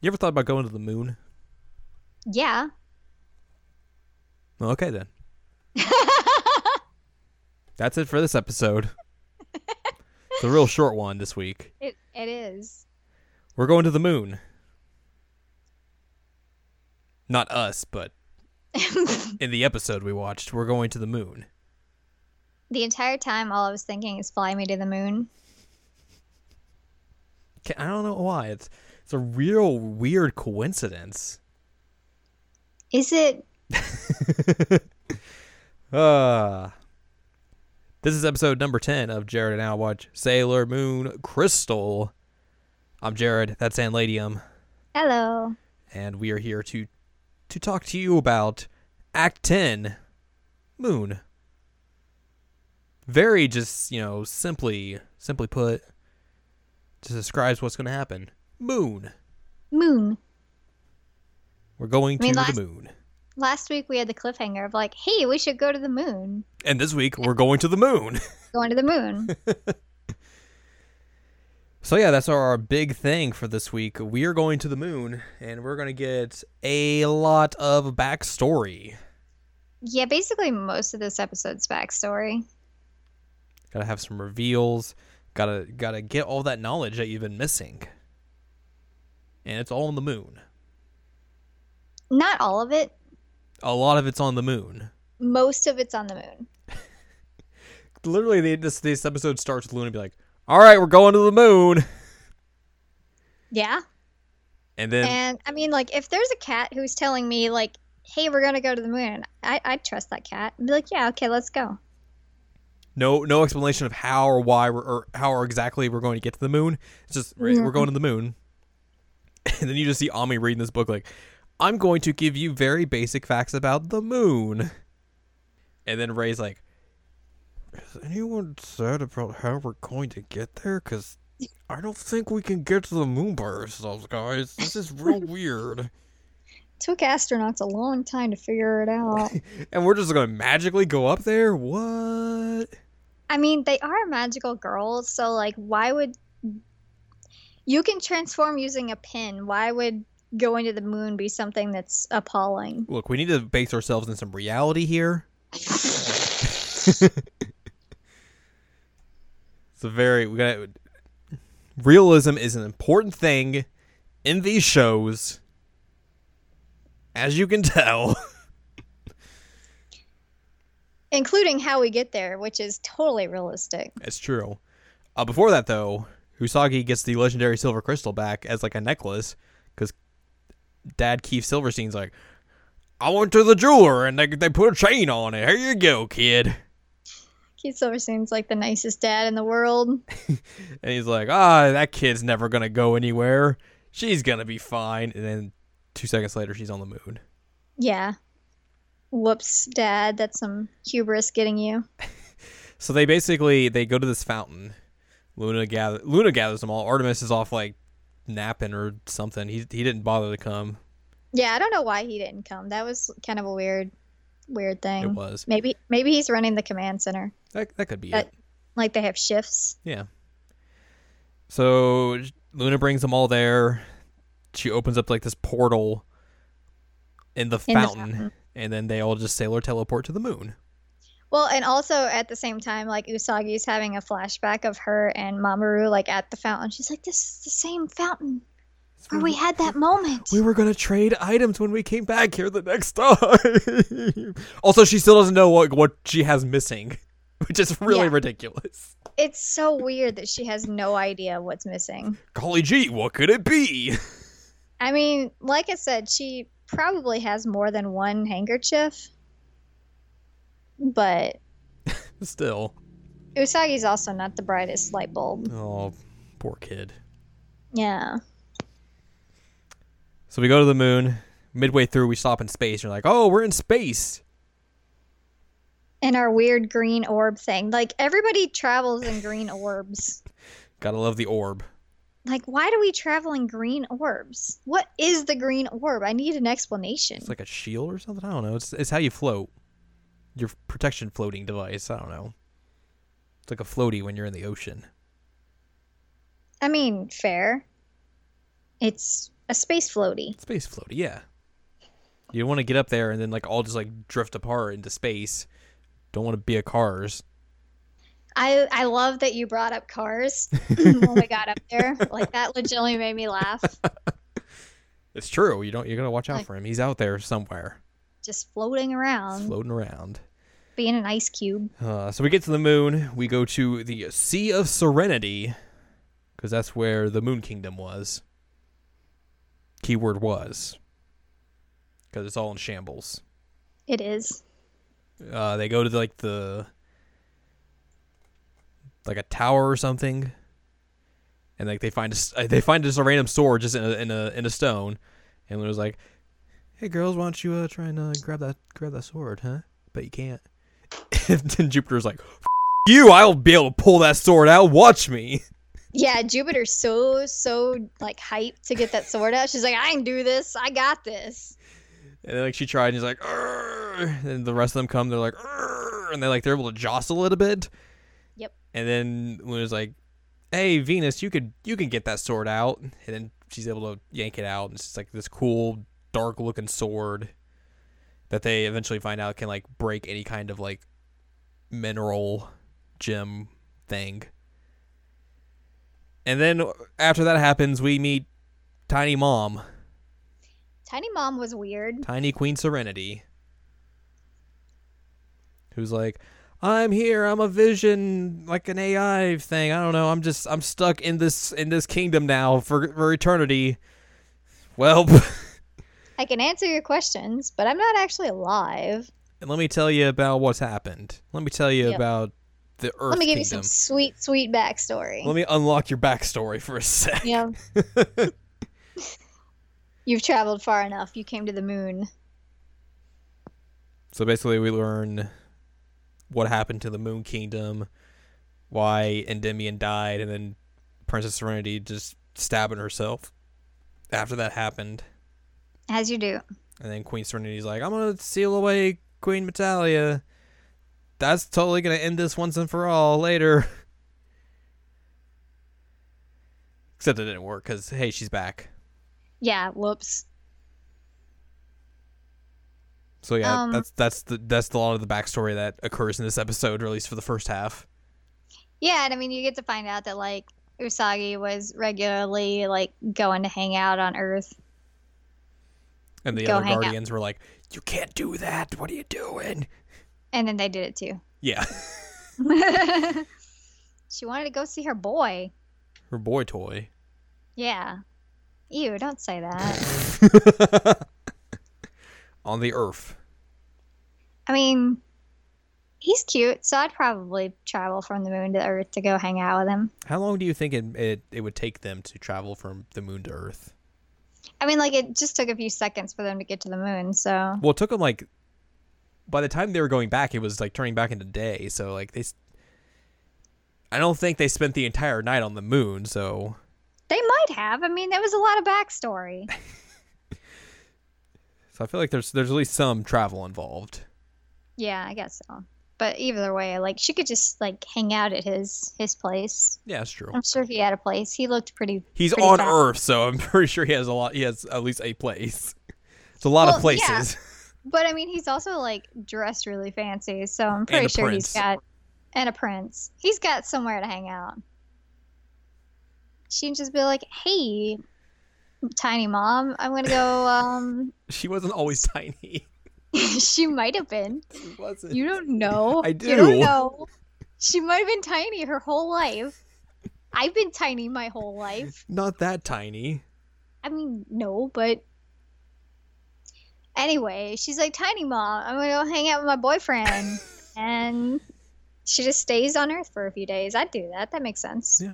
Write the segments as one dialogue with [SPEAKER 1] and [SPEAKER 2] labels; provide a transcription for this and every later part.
[SPEAKER 1] You ever thought about going to the moon?
[SPEAKER 2] Yeah.
[SPEAKER 1] Well, okay then. That's it for this episode. it's a real short one this week.
[SPEAKER 2] It it is.
[SPEAKER 1] We're going to the moon. Not us, but in the episode we watched, we're going to the moon.
[SPEAKER 2] The entire time, all I was thinking is "Fly me to the moon."
[SPEAKER 1] Ca- I don't know why. It's it's a real weird coincidence.
[SPEAKER 2] Is it?
[SPEAKER 1] Uh, this is episode number 10 of Jared and Al Watch Sailor Moon Crystal. I'm Jared, that's Ann Ladium,
[SPEAKER 2] Hello.
[SPEAKER 1] and we are here to to talk to you about Act 10 Moon. Very just, you know, simply simply put just describes what's going to happen. Moon.
[SPEAKER 2] Moon.
[SPEAKER 1] We're going
[SPEAKER 2] I mean,
[SPEAKER 1] to
[SPEAKER 2] last-
[SPEAKER 1] the moon.
[SPEAKER 2] Last week we had the cliffhanger of like, "Hey, we should go to the moon."
[SPEAKER 1] And this week we're going to the moon.
[SPEAKER 2] Going to the moon.
[SPEAKER 1] So yeah, that's our, our big thing for this week. We are going to the moon, and we're gonna get a lot of backstory.
[SPEAKER 2] yeah, basically most of this episode's backstory.
[SPEAKER 1] Gotta have some reveals. Gotta gotta get all that knowledge that you've been missing. And it's all on the moon.
[SPEAKER 2] Not all of it.
[SPEAKER 1] A lot of it's on the moon.
[SPEAKER 2] Most of it's on the moon.
[SPEAKER 1] Literally, they just this episode starts with the moon and be like, "All right, we're going to the moon,"
[SPEAKER 2] Yeah.
[SPEAKER 1] and then
[SPEAKER 2] And I mean, like, if there's a cat who's telling me, like, hey, we're going to go to the moon, I, I'd trust that cat. I'd be like, yeah, okay, let's go.
[SPEAKER 1] no no explanation of how or why we're, or how or exactly we're going to get to the moon. It's just right, we're going to the moon, and then you just see Ami reading this book like, "I'm going to give you very basic facts about the moon," and then Ray's like, "Has anyone said about how we're going to get there? Because I don't think we can get to the moon by ourselves, guys. This is real weird."
[SPEAKER 2] Took astronauts a long time to figure it out.
[SPEAKER 1] And we're just gonna magically go up there? What?
[SPEAKER 2] I mean, they are magical girls, so, like, why would. You can transform using a pin. Why would going to the moon be something that's appalling?
[SPEAKER 1] Look, we need to base ourselves in some reality here. It's a very we got realism is an important thing in these shows, as you can tell.
[SPEAKER 2] Including how we get there, which is totally realistic.
[SPEAKER 1] It's true. Uh, before that, though, Usagi gets the legendary silver crystal back as like a necklace because Dad Keith Silverstein's like, I went to the jeweler and they they put a chain on it. Here you go, kid.
[SPEAKER 2] Keith Silverstein's like the nicest dad in the world.
[SPEAKER 1] And he's like, ah, that kid's never going to go anywhere. She's going to be fine. And then two seconds later, she's on the moon.
[SPEAKER 2] Yeah. Whoops, Dad. That's some hubris getting you.
[SPEAKER 1] So they basically, they go to this fountain. Luna, gather- Luna gathers them all. Artemis is off like napping or something. He, he didn't bother to come.
[SPEAKER 2] Yeah, I don't know why he didn't come. That was kind of a weird, weird thing.
[SPEAKER 1] It was.
[SPEAKER 2] Maybe maybe he's running the command center.
[SPEAKER 1] That, that could be
[SPEAKER 2] That-
[SPEAKER 1] it.
[SPEAKER 2] Like they have shifts.
[SPEAKER 1] Yeah. So Luna brings them all there. She opens up like this portal in the
[SPEAKER 2] In the
[SPEAKER 1] fountain. And then they all just sailor teleport to the moon.
[SPEAKER 2] Well, and also at the same time, like Usagi's having a flashback of her and Mamoru like at the fountain. She's like, "This is the same fountain where
[SPEAKER 1] Oh,
[SPEAKER 2] we had that moment."
[SPEAKER 1] We were gonna trade items when we came back here the next time. also, she still doesn't know what what she has missing, which is really
[SPEAKER 2] Yeah.
[SPEAKER 1] ridiculous.
[SPEAKER 2] It's so weird that she has no idea what's missing.
[SPEAKER 1] Golly gee, what could it be?
[SPEAKER 2] I mean, like I said, she probably has more than one handkerchief. But
[SPEAKER 1] Still,
[SPEAKER 2] Usagi's also not the brightest light bulb.
[SPEAKER 1] oh, poor kid.
[SPEAKER 2] Yeah.
[SPEAKER 1] So we go to the moon. Midway through, we stop in space. And you're like, oh, we're in space.
[SPEAKER 2] And our weird green orb thing. Like, everybody travels in green orbs.
[SPEAKER 1] Gotta love the orb.
[SPEAKER 2] Like, why do we travel in green orbs? What is the green orb? I need an explanation.
[SPEAKER 1] It's like a shield or something. I don't know. It's it's how you float. Your protection floating device. I don't know. It's like a floaty when you're in the ocean.
[SPEAKER 2] I mean, fair. It's a space floaty.
[SPEAKER 1] Space floaty, yeah. You don't want to get up there and then like all just like drift apart into space. Don't want to be a cars.
[SPEAKER 2] I I love that you brought up cars when we got up there. Like that legitimately made me laugh.
[SPEAKER 1] It's true. You don't. You're gonna watch out for him. He's out there somewhere,
[SPEAKER 2] Just floating around,
[SPEAKER 1] floating around.
[SPEAKER 2] being an ice cube.
[SPEAKER 1] Uh, so we get to the moon. We go to the Sea of Serenity, because that's where the Moon Kingdom was. Keyword was, because it's all in shambles.
[SPEAKER 2] It is.
[SPEAKER 1] Uh, they go to like the like a tower or something, and like they find a s- uh, they find just a random sword just in a in a in a stone, and it was like, "Hey girls, why don't you uh, try and uh, grab that grab that sword, huh?" But you can't. and then Jupiter's like, F- "You, I'll be able to pull that sword out. Watch me."
[SPEAKER 2] Yeah, Jupiter's so so like hyped to get that sword out. She's like, I can do this. I got this.
[SPEAKER 1] And then like she tried, and he's like, "Arr!" and the rest of them come. They're like, "Arr!" and they like they're able to jostle a little bit.
[SPEAKER 2] Yep.
[SPEAKER 1] And then when it was like, "Hey Venus, you could you can get that sword out," and then she's able to yank it out, and it's just like this cool dark looking sword that they eventually find out can like break any kind of like mineral gem thing. And then after that happens, we meet Tiny Mom,
[SPEAKER 2] Tiny Mom was weird.
[SPEAKER 1] Tiny Queen Serenity, who's like, "I'm here. I'm a vision, like an AI thing. I don't know. I'm just I'm stuck in this in this kingdom now for for eternity." Well,
[SPEAKER 2] I can answer your questions, but I'm not actually alive.
[SPEAKER 1] and let me tell you about what's happened. Let me tell you
[SPEAKER 2] Yep.
[SPEAKER 1] about the Earth
[SPEAKER 2] Let me give you
[SPEAKER 1] Kingdom.
[SPEAKER 2] some sweet, sweet backstory.
[SPEAKER 1] let me unlock your backstory for a sec.
[SPEAKER 2] yeah. You've traveled far enough. You came to the moon.
[SPEAKER 1] So basically, we learn what happened to the Moon Kingdom, why Endymion died, and then Princess Serenity just stabbing herself after that happened.
[SPEAKER 2] As you do.
[SPEAKER 1] And then Queen Serenity's like, I'm going to seal away Queen Metalia. That's totally going to end this once and for all later. Except it didn't work because, hey, she's back.
[SPEAKER 2] Yeah, whoops.
[SPEAKER 1] So yeah,
[SPEAKER 2] Um,
[SPEAKER 1] that's that's the that's the lot of the backstory that occurs in this episode, or at least for the first half.
[SPEAKER 2] Yeah, and I mean, you get to find out that, like, Usagi was regularly, like, going to hang out on Earth.
[SPEAKER 1] And the
[SPEAKER 2] Go
[SPEAKER 1] other
[SPEAKER 2] hang out.
[SPEAKER 1] guardians were like, "You can't do that. What are you doing?"
[SPEAKER 2] And then they did it too.
[SPEAKER 1] Yeah,
[SPEAKER 2] she wanted to go see her boy.
[SPEAKER 1] her boy toy.
[SPEAKER 2] Yeah. Ew, don't say that.
[SPEAKER 1] On the earth.
[SPEAKER 2] I mean, he's cute, so I'd probably travel from the moon to Earth to go hang out with him.
[SPEAKER 1] How long do you think it, it it would take them to travel from the moon to Earth?
[SPEAKER 2] I mean, like, it just took a few seconds for them to get to the moon, so.
[SPEAKER 1] Well, it took them like. By the time they were going back, it was like turning back into day. So like they. s- I don't think they spent the entire night on the moon. So
[SPEAKER 2] They might have. I mean, there was a lot of backstory.
[SPEAKER 1] so I feel like there's there's at least some travel involved.
[SPEAKER 2] yeah, I guess so. But either way, like she could just like hang out at his his place.
[SPEAKER 1] Yeah, that's true.
[SPEAKER 2] I'm sure he had a place. He looked pretty.
[SPEAKER 1] He's
[SPEAKER 2] pretty
[SPEAKER 1] on
[SPEAKER 2] fat.
[SPEAKER 1] Earth, so I'm pretty sure he has a lot. He has at least a place. It's a lot of
[SPEAKER 2] Well, yeah.
[SPEAKER 1] places.
[SPEAKER 2] But I mean, he's also like dressed really fancy, so I'm
[SPEAKER 1] a
[SPEAKER 2] pretty sure he's
[SPEAKER 1] prince.
[SPEAKER 2] got and a prince. He's got somewhere to hang out. She'd just be like, "Hey, tiny mom, I'm gonna go." Um,
[SPEAKER 1] She wasn't always tiny.
[SPEAKER 2] she might have been.
[SPEAKER 1] She wasn't.
[SPEAKER 2] You don't know.
[SPEAKER 1] I
[SPEAKER 2] You don't
[SPEAKER 1] do.
[SPEAKER 2] know. She might have been tiny her whole life. I've been tiny my whole life.
[SPEAKER 1] Not that tiny.
[SPEAKER 2] I mean, no, but anyway, she's like tiny mom. I'm gonna go hang out with my boyfriend, and she just stays on Earth for a few days. I'd do that. That makes sense.
[SPEAKER 1] Yeah.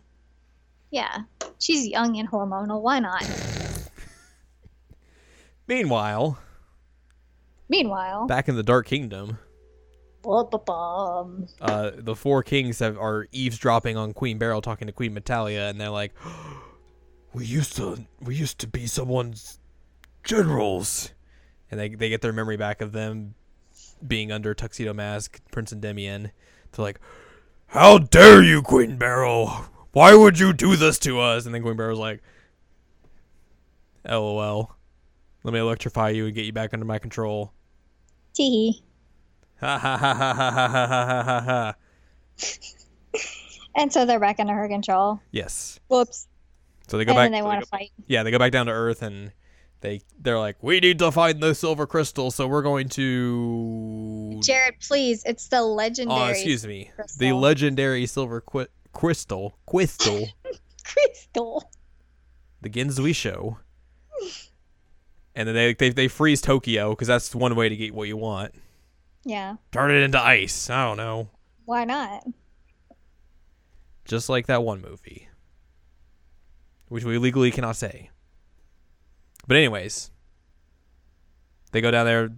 [SPEAKER 2] Yeah. She's young and hormonal. Why not?
[SPEAKER 1] Meanwhile,
[SPEAKER 2] Meanwhile,
[SPEAKER 1] back in the Dark Kingdom,
[SPEAKER 2] ba-ba-bum.
[SPEAKER 1] uh, the four kings have, are eavesdropping on Queen Beryl talking to Queen Metalia, and they're like, "We used to, we used to be someone's generals," and they they get their memory back of them being under Tuxedo Mask, Prince Endymion. They're like, "How dare you, Queen Beryl? Why would you do this to us?" And then Queen Beryl's like, LOL. Let me electrify you and get you back under my control.
[SPEAKER 2] Teehee.
[SPEAKER 1] Ha ha ha ha ha ha ha ha ha ha.
[SPEAKER 2] And so they're back under her control.
[SPEAKER 1] Yes.
[SPEAKER 2] Whoops.
[SPEAKER 1] So they go
[SPEAKER 2] And
[SPEAKER 1] back.
[SPEAKER 2] then they want
[SPEAKER 1] go-
[SPEAKER 2] to fight.
[SPEAKER 1] yeah, they go back down to Earth and they they're like, we need to find the silver crystal, so we're going to.
[SPEAKER 2] Jared, please. It's the legendary.
[SPEAKER 1] Oh, excuse me. The
[SPEAKER 2] crystal.
[SPEAKER 1] legendary silver qui- crystal, crystal,
[SPEAKER 2] crystal.
[SPEAKER 1] the Genzui show. And then they they they freeze Tokyo because that's one way to get what you want.
[SPEAKER 2] Yeah.
[SPEAKER 1] Turn it into ice. I don't know.
[SPEAKER 2] Why not?
[SPEAKER 1] Just like that one movie, which we legally cannot say. But anyways, they go down there.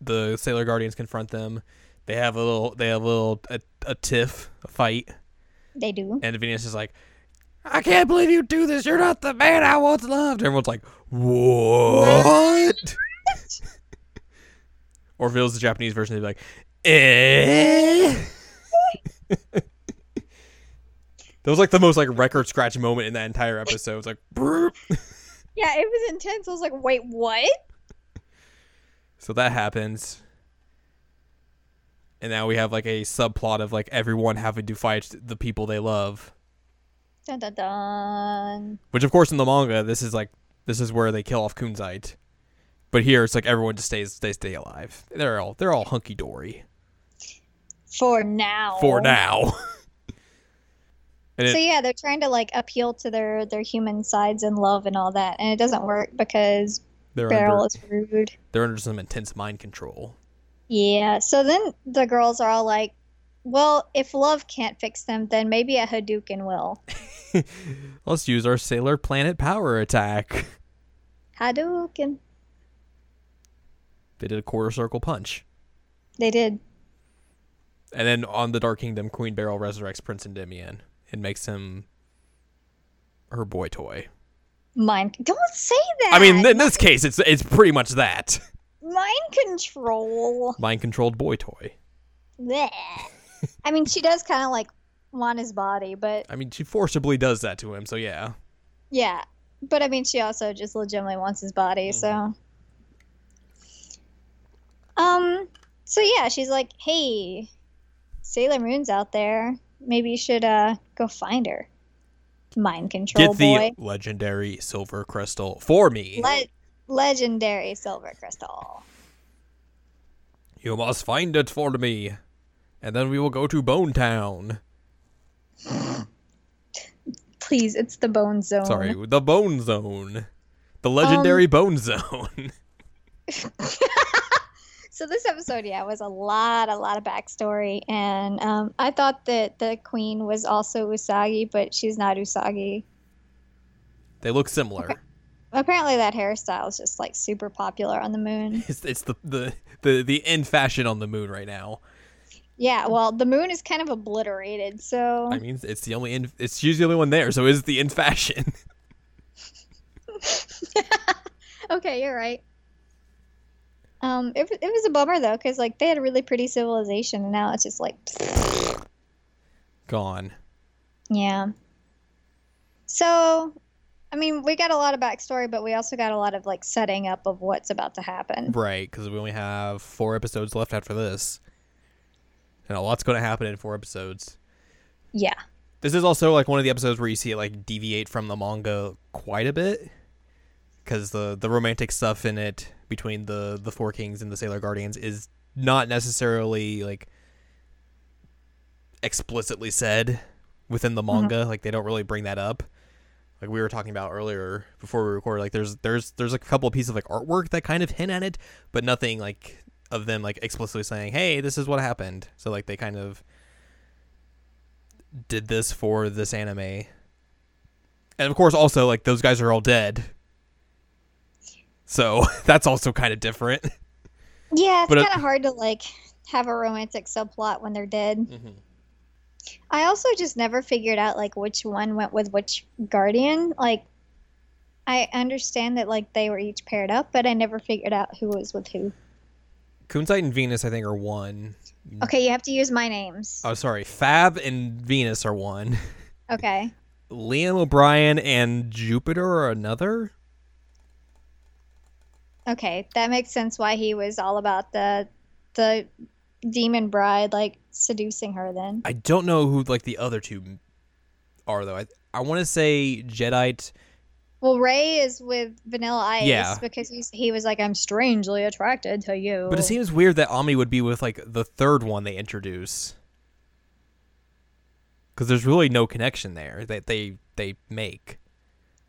[SPEAKER 1] The Sailor Guardians confront them. They have a little. They have a little a, a tiff, a fight.
[SPEAKER 2] They do.
[SPEAKER 1] And Venus is like, I can't believe you do this. You're not the man I once loved. Everyone's like, What? or if it was the Japanese version, they'd be like, Eh? that was like the most like record scratch moment in that entire episode. It's like, "Brrr."
[SPEAKER 2] Yeah, it was intense. I was like, wait, what?
[SPEAKER 1] so that happens. And now we have like a subplot of like everyone having to fight the people they love.
[SPEAKER 2] Dun dun dun.
[SPEAKER 1] Which, of course, in the manga, this is like this is where they kill off Kunzite, but here it's like everyone just stays they stay alive. They're all they're all hunky dory
[SPEAKER 2] For now.
[SPEAKER 1] for now. and
[SPEAKER 2] So
[SPEAKER 1] it,
[SPEAKER 2] yeah, they're trying to like appeal to their their human sides and love and all that, and it doesn't work because
[SPEAKER 1] they're
[SPEAKER 2] Beryl
[SPEAKER 1] under,
[SPEAKER 2] is rude.
[SPEAKER 1] they're under some intense mind control.
[SPEAKER 2] Yeah. So then the girls are all like, "Well, if love can't fix them, then maybe a Hadouken will."
[SPEAKER 1] Let's use our Sailor Planet power attack.
[SPEAKER 2] Hadouken.
[SPEAKER 1] They did a quarter circle punch,
[SPEAKER 2] They did.
[SPEAKER 1] and then on the Dark Kingdom, Queen Beryl resurrects Prince Endymion and makes him her boy toy.
[SPEAKER 2] Mind. Don't say that.
[SPEAKER 1] I mean, in this case, it's it's pretty much that
[SPEAKER 2] mind control.
[SPEAKER 1] mind controlled boy toy.
[SPEAKER 2] Blech. I mean, she does kind of like want his body, but
[SPEAKER 1] I mean, she forcibly does that to him, so yeah.
[SPEAKER 2] Yeah. But I mean, she also just legitimately wants his body,
[SPEAKER 1] Mm-hmm.
[SPEAKER 2] so. Um, so yeah, she's like, hey, Sailor Moon's out there. Maybe you should uh go find her. Mind control
[SPEAKER 1] Get the
[SPEAKER 2] boy.
[SPEAKER 1] legendary silver crystal for me.
[SPEAKER 2] Le- legendary silver crystal.
[SPEAKER 1] you must find it for me. And then we will go to Bone Town.
[SPEAKER 2] Please, it's the bone Um, zone.
[SPEAKER 1] Sorry, the Bone Zone. The legendary Bone Zone.
[SPEAKER 2] So this episode, yeah, was a lot, a lot of backstory, and um, I thought that the queen was also Usagi, but she's not Usagi.
[SPEAKER 1] they look similar.
[SPEAKER 2] Apparently, that hairstyle is just like super popular on the moon.
[SPEAKER 1] It's, it's the, the, the, the end fashion on the moon right now.
[SPEAKER 2] Yeah, well, the moon is kind of obliterated, so
[SPEAKER 1] I mean, it's the only in, it's she's the only one there, so it's the end fashion.
[SPEAKER 2] okay, you're right. Um, it, wa- it was a bummer though, because like they had a really pretty civilization, and now it's just like,
[SPEAKER 1] Gone.
[SPEAKER 2] yeah. So, I mean, we got a lot of backstory, but we also got a lot of like setting up of what's about to happen.
[SPEAKER 1] Right, because we only have four episodes left after this. And a lot's going to happen in four episodes.
[SPEAKER 2] Yeah,
[SPEAKER 1] This is also like one of the episodes where you see it like deviate from the manga quite a bit, because the the romantic stuff in it between the the four kings and the sailor guardians is not necessarily like explicitly said within the manga. Like they don't really bring that up. Like we were talking about earlier before we recorded, like there's there's there's a couple of pieces of like artwork that kind of hint at it, but nothing like of them like explicitly saying, "Hey, this is what happened." So like they kind of did this for this anime. And of course also like those guys are all dead. So that's also kind of different.
[SPEAKER 2] yeah, it's
[SPEAKER 1] But, uh,
[SPEAKER 2] kind of hard to like have a romantic subplot when they're dead.
[SPEAKER 1] Mm-hmm.
[SPEAKER 2] I also just never figured out like which one went with which guardian. Like I understand that like they were each paired up, but I never figured out who was with who.
[SPEAKER 1] Mm-hmm. Kunzite and Venus I think are one.
[SPEAKER 2] Okay, you have to use my names.
[SPEAKER 1] Oh sorry, Fab and Venus are one.
[SPEAKER 2] Okay.
[SPEAKER 1] Liam O'Brien and Jupiter are another.
[SPEAKER 2] Okay, that makes sense why he was all about the the demon bride like seducing her then.
[SPEAKER 1] I don't know who like the other two are though. I I want to say Jediite.
[SPEAKER 2] Well, Ray is with Vanilla Ice
[SPEAKER 1] Yeah.
[SPEAKER 2] because he's, he was like, I'm strangely attracted to you.
[SPEAKER 1] But it seems weird that Ami would be with like the third one they introduce. Because there's really no connection there that they they make.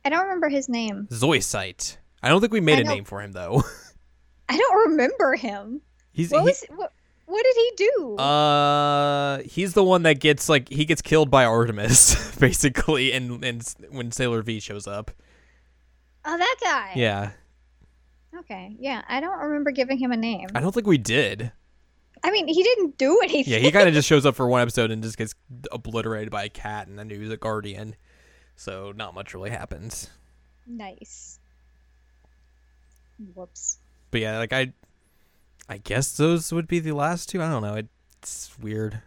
[SPEAKER 2] I don't remember his name.
[SPEAKER 1] Zoisite. I don't think we made
[SPEAKER 2] I
[SPEAKER 1] a
[SPEAKER 2] know.
[SPEAKER 1] name for him though.
[SPEAKER 2] I don't remember him.
[SPEAKER 1] he's
[SPEAKER 2] What
[SPEAKER 1] he-
[SPEAKER 2] was what, what did he do?
[SPEAKER 1] uh he's the one that gets like he gets killed by Artemis basically, and and s- when Sailor V shows up.
[SPEAKER 2] oh, that guy.
[SPEAKER 1] Yeah,
[SPEAKER 2] Okay. Yeah, I don't remember giving him a name.
[SPEAKER 1] I don't think we did.
[SPEAKER 2] I mean, he didn't do anything.
[SPEAKER 1] Yeah, he kind of just shows up for one episode and just gets obliterated by a cat, and then he was a guardian. So not much really happens.
[SPEAKER 2] Nice. Whoops.
[SPEAKER 1] But yeah, like I, I guess those would be the last two. I don't know. It's weird.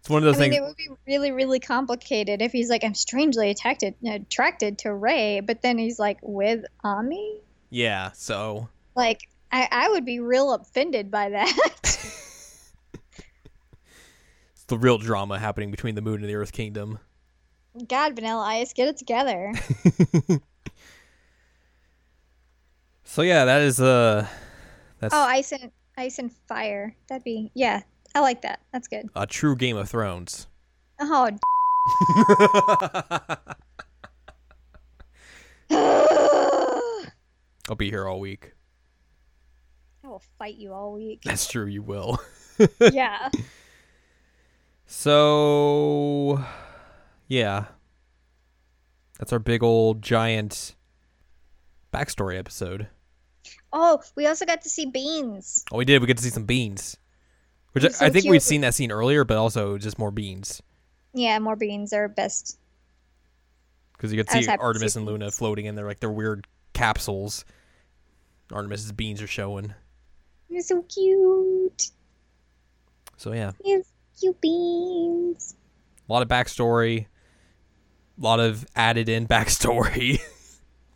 [SPEAKER 1] It's one of
[SPEAKER 2] I
[SPEAKER 1] those
[SPEAKER 2] mean,
[SPEAKER 1] things.
[SPEAKER 2] it would be really, really complicated if he's like, I'm strangely attracted attracted to Ray, but then he's like with Ami.
[SPEAKER 1] yeah. So
[SPEAKER 2] Like, I, I would be real offended by that.
[SPEAKER 1] it's the real drama happening between the moon and the Earth Kingdom.
[SPEAKER 2] God, Vanilla Ice, get it together.
[SPEAKER 1] So yeah, that is uh, that's
[SPEAKER 2] oh, Ice and Ice and Fire. That'd be yeah. I like that. That's good.
[SPEAKER 1] a true Game of Thrones.
[SPEAKER 2] Oh, d-
[SPEAKER 1] I'll
[SPEAKER 2] I
[SPEAKER 1] be here all week.
[SPEAKER 2] will fight you all week.
[SPEAKER 1] That's true. You will.
[SPEAKER 2] yeah.
[SPEAKER 1] So yeah, that's our big old giant backstory episode.
[SPEAKER 2] Oh, we also got to see Beans.
[SPEAKER 1] Oh, we did. We get to see some beans, which I,
[SPEAKER 2] They're so
[SPEAKER 1] I think
[SPEAKER 2] cute.
[SPEAKER 1] we've seen that scene earlier, but also just more beans
[SPEAKER 2] Yeah, more beans are best.
[SPEAKER 1] because you could
[SPEAKER 2] I was
[SPEAKER 1] see
[SPEAKER 2] happy to
[SPEAKER 1] Artemis
[SPEAKER 2] see
[SPEAKER 1] and Luna
[SPEAKER 2] beans.
[SPEAKER 1] floating in their like their weird capsules. Artemis's beans are showing.
[SPEAKER 2] You're so cute.
[SPEAKER 1] So yeah,
[SPEAKER 2] Yes, cute beans.
[SPEAKER 1] a lot of backstory, a lot of added in backstory,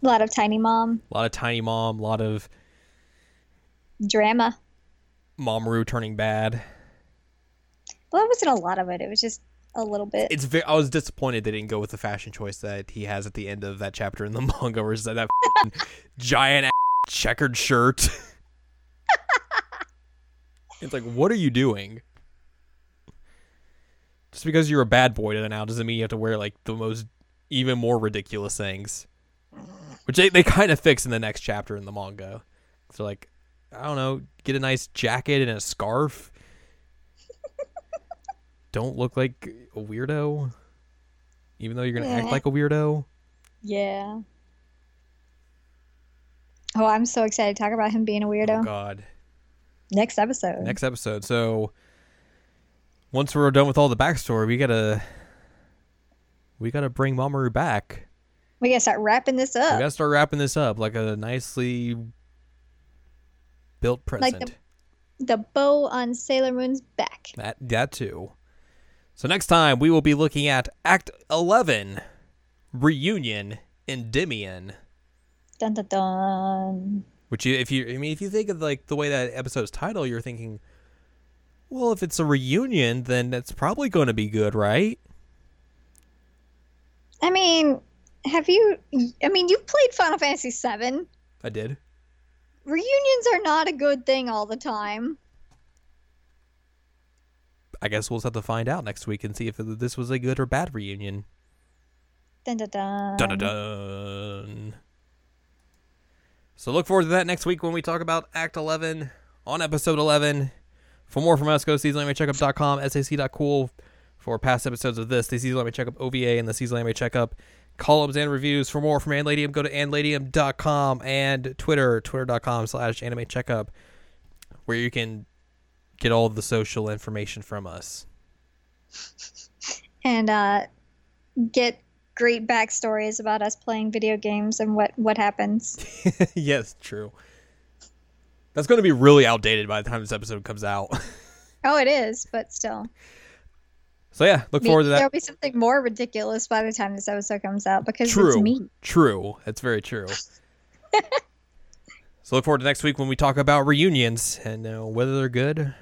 [SPEAKER 2] A lot of tiny mom
[SPEAKER 1] a lot of Tiny Mom, a lot of
[SPEAKER 2] drama.
[SPEAKER 1] Mamoru turning bad.
[SPEAKER 2] Well, it wasn't a lot of it. It was just a little bit.
[SPEAKER 1] It's ve- I was disappointed they didn't go with the fashion choice that he has at the end of that chapter in the manga, where it's that, that f***ing giant a- checkered shirt. it's like, what are you doing? Just because you're a bad boy now doesn't mean you have to wear like the most even more ridiculous things, which they, they kind of fix in the next chapter in the manga. So like, I don't know, get a nice jacket and a scarf. don't look like a weirdo, even though you're gonna act
[SPEAKER 2] Yeah.
[SPEAKER 1] like a weirdo. Oh,
[SPEAKER 2] yeah. Oh, I'm so excited to talk about him being a
[SPEAKER 1] Oh
[SPEAKER 2] weirdo.
[SPEAKER 1] God.
[SPEAKER 2] Next episode.
[SPEAKER 1] next episode. So once we're done with all the backstory, we gotta we gotta bring Mamoru back.
[SPEAKER 2] We gotta start wrapping this
[SPEAKER 1] We
[SPEAKER 2] up.
[SPEAKER 1] gotta start wrapping this up like a nicely built
[SPEAKER 2] Like
[SPEAKER 1] present.
[SPEAKER 2] the- the bow on Sailor Moon's back.
[SPEAKER 1] that that too. So next time we will be looking at Act Eleven, Reunion Endymion.
[SPEAKER 2] Dun dun dun.
[SPEAKER 1] Which you, if you I mean if you think of like the way that episode's title, you're thinking, well, if it's a reunion, then that's probably going to be good, right?
[SPEAKER 2] I mean, have you? I mean, you've played Final Fantasy VII.
[SPEAKER 1] I did.
[SPEAKER 2] Reunions are not a good thing all the time.
[SPEAKER 1] I guess we'll just have to find out next week and see if this was a good or bad reunion.
[SPEAKER 2] Dun dun dun.
[SPEAKER 1] Dun dun dun. So look forward to that next week when we talk about Act 11 on Episode 11. For more from us, go to seasonallamycheckup.com, sac.cool for past episodes of this, the Seasonal Anime Checkup OVA and the Seasonal Anime Checkup columns and reviews. For more from Anladium, go to anladium.com and Twitter, twitter.com slash anime checkup, where you can get all the social information from us.
[SPEAKER 2] And uh, get great backstories about us playing video games and what what happens.
[SPEAKER 1] yes, true. That's going to be really outdated by the time this episode comes out.
[SPEAKER 2] Oh, it is, but still.
[SPEAKER 1] So yeah, look forward to
[SPEAKER 2] There'll
[SPEAKER 1] that.
[SPEAKER 2] be something more ridiculous by the time this episode comes out because it's
[SPEAKER 1] True.
[SPEAKER 2] me.
[SPEAKER 1] True. That's very true. So look forward to next week when we talk about reunions and uh, whether they're good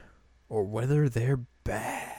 [SPEAKER 1] or whether they're bad.